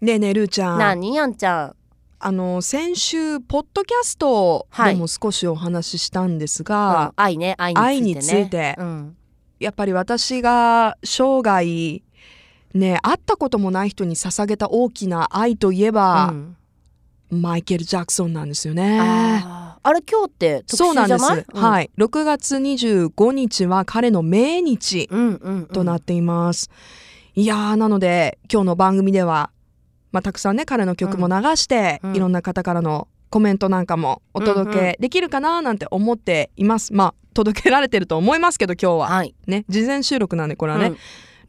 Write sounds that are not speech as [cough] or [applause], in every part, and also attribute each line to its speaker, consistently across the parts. Speaker 1: ねえねえるーちゃん
Speaker 2: なにやんちゃん
Speaker 1: あの先週ポッドキャスト
Speaker 2: は
Speaker 1: で
Speaker 2: い
Speaker 1: も少しお話ししたんです
Speaker 2: うん
Speaker 1: が、
Speaker 2: 愛ね愛についてね
Speaker 1: 愛について
Speaker 2: うん
Speaker 1: やっぱり私が生涯ね会ったこともない人に捧げた大きな愛といえ
Speaker 2: う
Speaker 1: ば、
Speaker 2: ん
Speaker 1: マイケル・ジャクソンなんですよね。
Speaker 2: あーあれ今日って特集
Speaker 1: そうなん
Speaker 2: じ
Speaker 1: で
Speaker 2: ゃ
Speaker 1: す、
Speaker 2: ない
Speaker 1: はい6月25日は彼の命日
Speaker 2: うんうんうん
Speaker 1: となっています。いやーなので今日の番組では、まあ、たくさんね彼の曲も流して、
Speaker 2: うん
Speaker 1: いろんな方からのコメントなんかもお届
Speaker 2: うんう
Speaker 1: けできるかななんて思っています。まあ届けられてると思いますけど今日は
Speaker 2: はい
Speaker 1: ね事前収録なんでこれはね、
Speaker 2: うん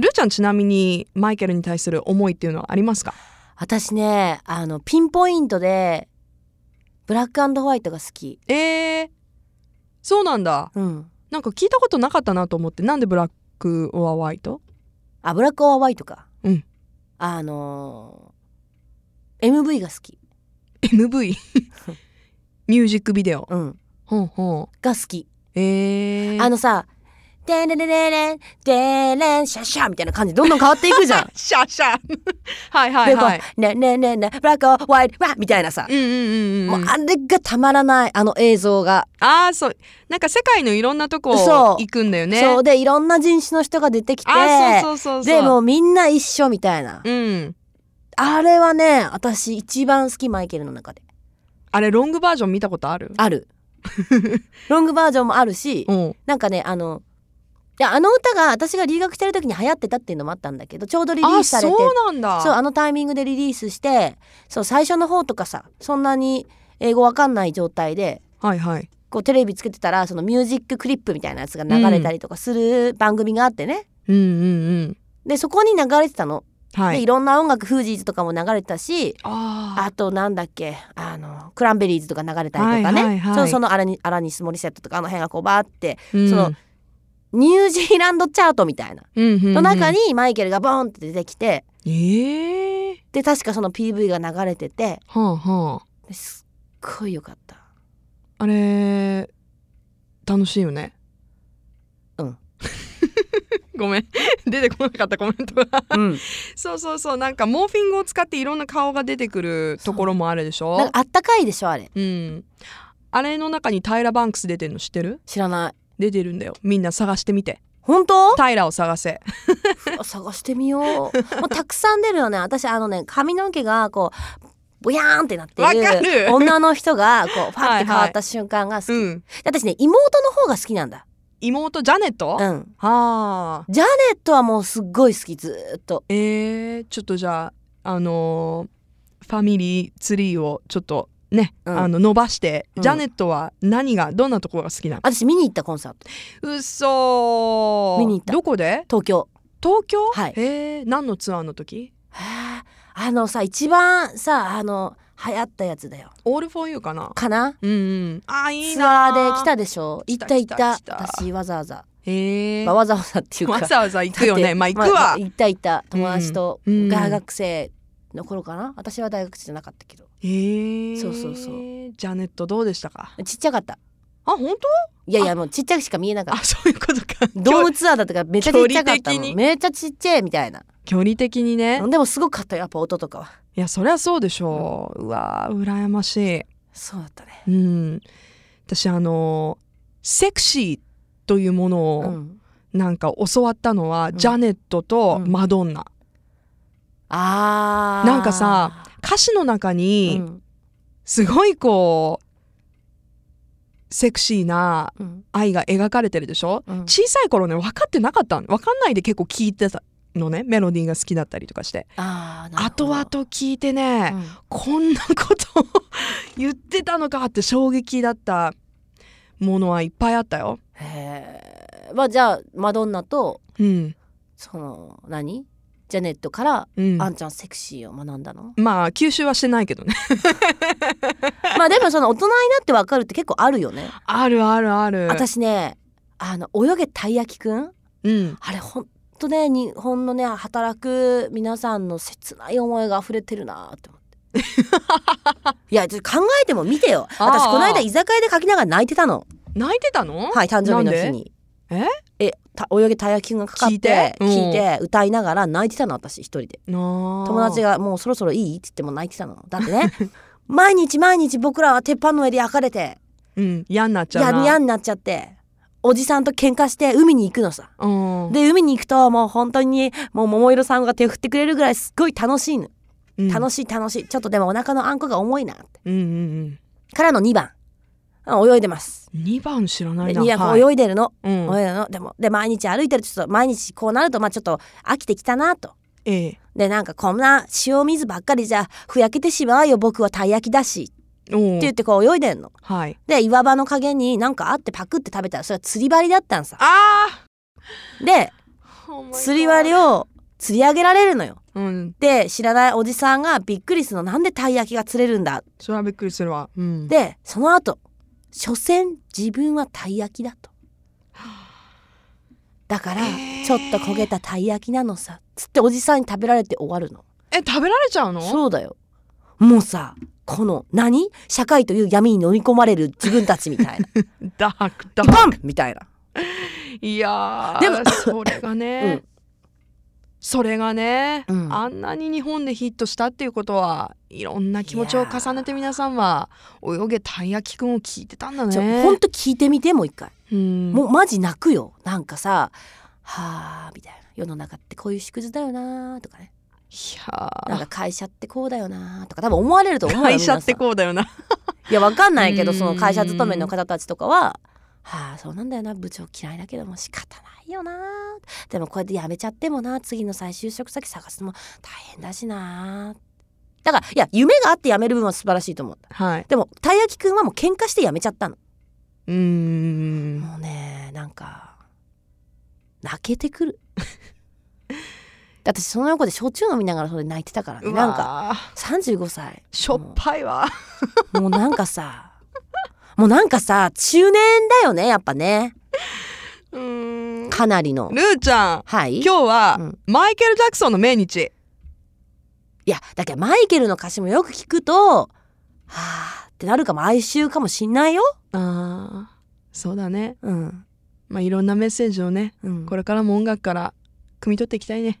Speaker 1: ルーちゃんちなみにマイケルに対する思いっていうのはありますか
Speaker 2: 私ねあのピンポイントでブラックホワイトが好き
Speaker 1: えー、そうなんだ
Speaker 2: うん
Speaker 1: なんか聞いたことなかったなと思ってなんでブラック・オア・ホワイト
Speaker 2: あブラックホワイトか
Speaker 1: うん
Speaker 2: あのー MV が好き
Speaker 1: MV [laughs] ミュージックビデオ
Speaker 2: うん
Speaker 1: ほうほう
Speaker 2: が好き
Speaker 1: えー、
Speaker 2: あのさ「でれれれれんでれんシャッシャー」みたいな感じでどんどん変わっていくじゃん [laughs]
Speaker 1: シャシャはい [laughs] はい
Speaker 2: でこう
Speaker 1: はい。
Speaker 2: ねねねねブラックホワイトわみたいなさ、
Speaker 1: うんうんうんうん
Speaker 2: もうあれがたまらないあの映像が、
Speaker 1: ああそうなんか世界のいろんなとこ
Speaker 2: そう
Speaker 1: 行くんだよね。
Speaker 2: そうでいろんな人種の人が出てきて
Speaker 1: あーそうそうそうそう。
Speaker 2: でもうみんな一緒みたいな、
Speaker 1: うん
Speaker 2: あれはね私一番好きマイケルの中で
Speaker 1: あれロングバージョン見たことある？[laughs]
Speaker 2: あるロングバージョンもあるし、
Speaker 1: うん
Speaker 2: なんかねあのいやあの歌が私が留学してる時に流行ってたっていうのもあったんだけどちょうどリリ
Speaker 1: あ
Speaker 2: ー
Speaker 1: ー
Speaker 2: スされ
Speaker 1: そ
Speaker 2: て
Speaker 1: うなんだ。
Speaker 2: そうあのタイミングでリリースしてそう最初の方とかさそんなに英語わかんない状態で
Speaker 1: はいはい。
Speaker 2: こうテレビつけてたらそのミュージッククリップみたいなやつが流れたりとかする番組があってね、
Speaker 1: うんうん
Speaker 2: でそこに流れてたの、
Speaker 1: うん。は
Speaker 2: でい
Speaker 1: い。
Speaker 2: ろんな音楽フージーズとかも流れてたし
Speaker 1: あ
Speaker 2: あとなんだっけあのクランベリーズとか流れたりと
Speaker 1: は
Speaker 2: かね、
Speaker 1: いはいはい
Speaker 2: そうそのアラニアラニス・モリセットとかあの辺がこうバーって
Speaker 1: あ、うん
Speaker 2: そのニュージーランドチャートみたいな
Speaker 1: うんうんうん
Speaker 2: の中にマイケルがボーンって出てきて
Speaker 1: ええ
Speaker 2: で確かその PV が流れてて
Speaker 1: はあは
Speaker 2: ですっごいよかった。
Speaker 1: ああれ楽しいよね。
Speaker 2: うん
Speaker 1: [laughs] ごめん [laughs] 出てこなかったコメントが。
Speaker 2: うん、
Speaker 1: そうそうそうなんかモーフィングを使っていろんな顔が出てくるところもあるでし
Speaker 2: なん
Speaker 1: ょ
Speaker 2: かあったかいでしょあれ
Speaker 1: うんあれの中にタイラ・バンクス出てるの知ってる
Speaker 2: 知らない
Speaker 1: 出てるんだよみんな探してみて
Speaker 2: 本当
Speaker 1: タイラを探せ
Speaker 2: あ [laughs] 探してみよう。もうたくさん出るよね。私あのね髪の毛がこうぼやーんってなって
Speaker 1: わかる
Speaker 2: る女の人が
Speaker 1: [laughs]
Speaker 2: こうファ
Speaker 1: は
Speaker 2: っ
Speaker 1: い
Speaker 2: て変わった瞬間が好き。
Speaker 1: うん
Speaker 2: 私ね妹の方が好きなんだ。
Speaker 1: 妹ジャネット、
Speaker 2: う
Speaker 1: あ
Speaker 2: ん。
Speaker 1: あ
Speaker 2: ジャネットはもうすっごい好きずーっと。
Speaker 1: えー、ちょっとじゃああのーファミリーツリーをちょっとね、
Speaker 2: うん
Speaker 1: あの伸ばして、
Speaker 2: うん
Speaker 1: ジャネットは何がどんなところが好きなの
Speaker 2: 私見に行ったコンサート
Speaker 1: うっそー
Speaker 2: 見に行った
Speaker 1: どこで
Speaker 2: 東京。
Speaker 1: 東京、
Speaker 2: はい
Speaker 1: えー、何のツアーの時
Speaker 2: へーあのさ一番さあの流行ったやつだよ。
Speaker 1: オールフォーユーかな
Speaker 2: かな？
Speaker 1: うんうん、あいい
Speaker 2: ツ
Speaker 1: な
Speaker 2: アーで来たでしょ。
Speaker 1: 来
Speaker 2: 行
Speaker 1: た
Speaker 2: った行った。
Speaker 1: 来た来た
Speaker 2: 私わざわざ、
Speaker 1: へえ
Speaker 2: まあわざわざっていうか。
Speaker 1: わざわざ行くよねまあ行く
Speaker 2: ま
Speaker 1: わ
Speaker 2: あ、行った行った友達と、
Speaker 1: うん
Speaker 2: 大学生の頃かな私は大学生じゃなかったけど
Speaker 1: へえ
Speaker 2: そうそうそう
Speaker 1: ジャネットどうでしたか
Speaker 2: ちっちゃかった
Speaker 1: あ本当
Speaker 2: いやいやもうちっちゃくしか見えなかっ
Speaker 1: あ
Speaker 2: た
Speaker 1: そういうこと [laughs] か
Speaker 2: ドームツアーだったからめっちゃちっちゃかった
Speaker 1: 距離的
Speaker 2: の
Speaker 1: に
Speaker 2: めっちゃちっちゃいみたいな
Speaker 1: 距離的にね
Speaker 2: でもすごかったよやっぱ音とかはい
Speaker 1: やそりゃそうでしょう、うわー羨まし
Speaker 2: そうだったね
Speaker 1: いうん私あのセクシーというもの
Speaker 2: う
Speaker 1: を
Speaker 2: ん
Speaker 1: なんか教わったのは、
Speaker 2: うん
Speaker 1: ジャネットとマドンナ、
Speaker 2: あー
Speaker 1: なんかさ歌詞の中
Speaker 2: うん
Speaker 1: にすごいこうセクシーな
Speaker 2: うん
Speaker 1: 愛が描かれてるでしょ
Speaker 2: うん
Speaker 1: 小さい頃ね分かってなかったの分かんないで結構聞いてたのねメロディーが好きだったりとかして
Speaker 2: あーなるほ
Speaker 1: 後
Speaker 2: ど
Speaker 1: 々聞いてね、
Speaker 2: うん
Speaker 1: こんなことを言ってたのかって衝撃だったものはいっぱいあったよ。
Speaker 2: へえまあじゃあマドンナと
Speaker 1: うん
Speaker 2: その何ジャネットから、
Speaker 1: うん、
Speaker 2: あんちゃんセクシーを学んだの
Speaker 1: まあ吸収はしてないけどね
Speaker 2: [laughs] まあでもその大人になってわかるって結構あるよね
Speaker 1: あるあるある。
Speaker 2: 私ねあの泳げたい焼きくん
Speaker 1: うん、
Speaker 2: あれほんとね日本のね働く皆さんの切ない思いが溢れてるなって思っ
Speaker 1: [laughs]
Speaker 2: ていやちょっと考えても見てよ
Speaker 1: あー
Speaker 2: 私この間居酒屋で書きながら泣いてたの
Speaker 1: 泣いてたの、
Speaker 2: はい誕生日の日に
Speaker 1: なんでえ
Speaker 2: えた泳げたい焼きがかかっ
Speaker 1: 聞いて
Speaker 2: て
Speaker 1: うん
Speaker 2: 聞いて歌いながら泣いてたの私一人で友
Speaker 1: 友
Speaker 2: 達が「もうそろそろいい?」って言っても泣いてたのだって
Speaker 1: [laughs]
Speaker 2: ね毎日毎日僕らは鉄板の上で焼かれて
Speaker 1: うん嫌になっちゃ
Speaker 2: や
Speaker 1: うな
Speaker 2: にやになっちゃっておじさんと喧嘩して海に行くのさ
Speaker 1: うん
Speaker 2: で海に行くともう本当にもう桃色さんが手振ってくれるぐらいすっごい楽しいの、
Speaker 1: うん
Speaker 2: 楽しい楽しいちょっとでもお腹のあんこが重いなって
Speaker 1: うんうん
Speaker 2: からの2番あ泳いでます
Speaker 1: うん2番知らない
Speaker 2: で
Speaker 1: な
Speaker 2: にや
Speaker 1: はい
Speaker 2: 泳いでるの、
Speaker 1: うん
Speaker 2: 泳いでるのでもで毎日歩いてるとちょっと毎日こうなるとまあちょっと飽きてきたなと
Speaker 1: ええ
Speaker 2: でなんかこんな塩水ばっかりじゃふやけてしまうよ僕はたい焼きだしって
Speaker 1: おう
Speaker 2: 言ってこう泳いでんの
Speaker 1: はい
Speaker 2: で岩場の陰になんかあってパクって食べたらそれは釣り針だったんさ
Speaker 1: あ
Speaker 2: で
Speaker 1: あ
Speaker 2: 釣り針を釣り上げられるのよ
Speaker 1: うん
Speaker 2: で知らないおじさんがびっくりするのなんでたい焼きが釣れるんだ
Speaker 1: それはびっくりするわうん
Speaker 2: でその後所詮自分はたい焼きだとだから
Speaker 1: えー
Speaker 2: ちょっと焦げたたい焼きなのさつっておじさんに食べられて終わるの
Speaker 1: え食べられちゃうの
Speaker 2: そうだよもうさこの何社会という闇に飲み込まれる自分たちみたい
Speaker 1: [laughs]
Speaker 2: な
Speaker 1: ダークダー
Speaker 2: バンみたいない
Speaker 1: やー
Speaker 2: でも
Speaker 1: それがね、
Speaker 2: うん
Speaker 1: それがね、
Speaker 2: うん
Speaker 1: あんなに日本でヒットしたっていうことはいろんな気持ちを重ねて皆さんは「泳げたい焼きくん」を聞いてたんだ
Speaker 2: ちょ
Speaker 1: ね。
Speaker 2: ほんと聞いてみてもう一回、
Speaker 1: うん
Speaker 2: もうマジ泣くよなんかさはあみたいな世の中ってこういう縮図だよなとかね
Speaker 1: い
Speaker 2: なん
Speaker 1: や
Speaker 2: か会社ってこうだよなとか多分思われると思う
Speaker 1: ー
Speaker 2: よ
Speaker 1: 会社って
Speaker 2: う
Speaker 1: こうだよな。
Speaker 2: いやわかんないけどその
Speaker 1: うん
Speaker 2: 会社勤めの方たちとかははあそうなんだよな部長嫌いだけども仕方ないよなでもこうやって辞めちゃってもな次の再就職先探すのも大変だしなだからいや夢があって辞める分は素晴らしいと思うんだ
Speaker 1: はい、
Speaker 2: でもたい焼きくんはもう喧嘩して辞めちゃったの
Speaker 1: うーん
Speaker 2: もうねなんか泣けて
Speaker 1: [laughs]
Speaker 2: くるだってその横で焼酎飲みながらそれ泣いてたからね
Speaker 1: う
Speaker 2: なんか
Speaker 1: わー
Speaker 2: 35歳
Speaker 1: しょっぱいわ。
Speaker 2: もうなんかさ、もうなんかさ、中年だよね、やっぱね。
Speaker 1: うーんル
Speaker 2: かなりの。
Speaker 1: ーちゃん
Speaker 2: はい。
Speaker 1: 今日は、
Speaker 2: うん
Speaker 1: マイケル・ジャクソンの命日。
Speaker 2: いや、だけどマイケルの歌詞もよく聞くと、はあってなるかも、哀愁かもしんないよ。
Speaker 1: あーそうだね、
Speaker 2: うん。
Speaker 1: まあ、いろんなメッセージをね
Speaker 2: うん、
Speaker 1: これからも音楽から汲み取っていきたいね。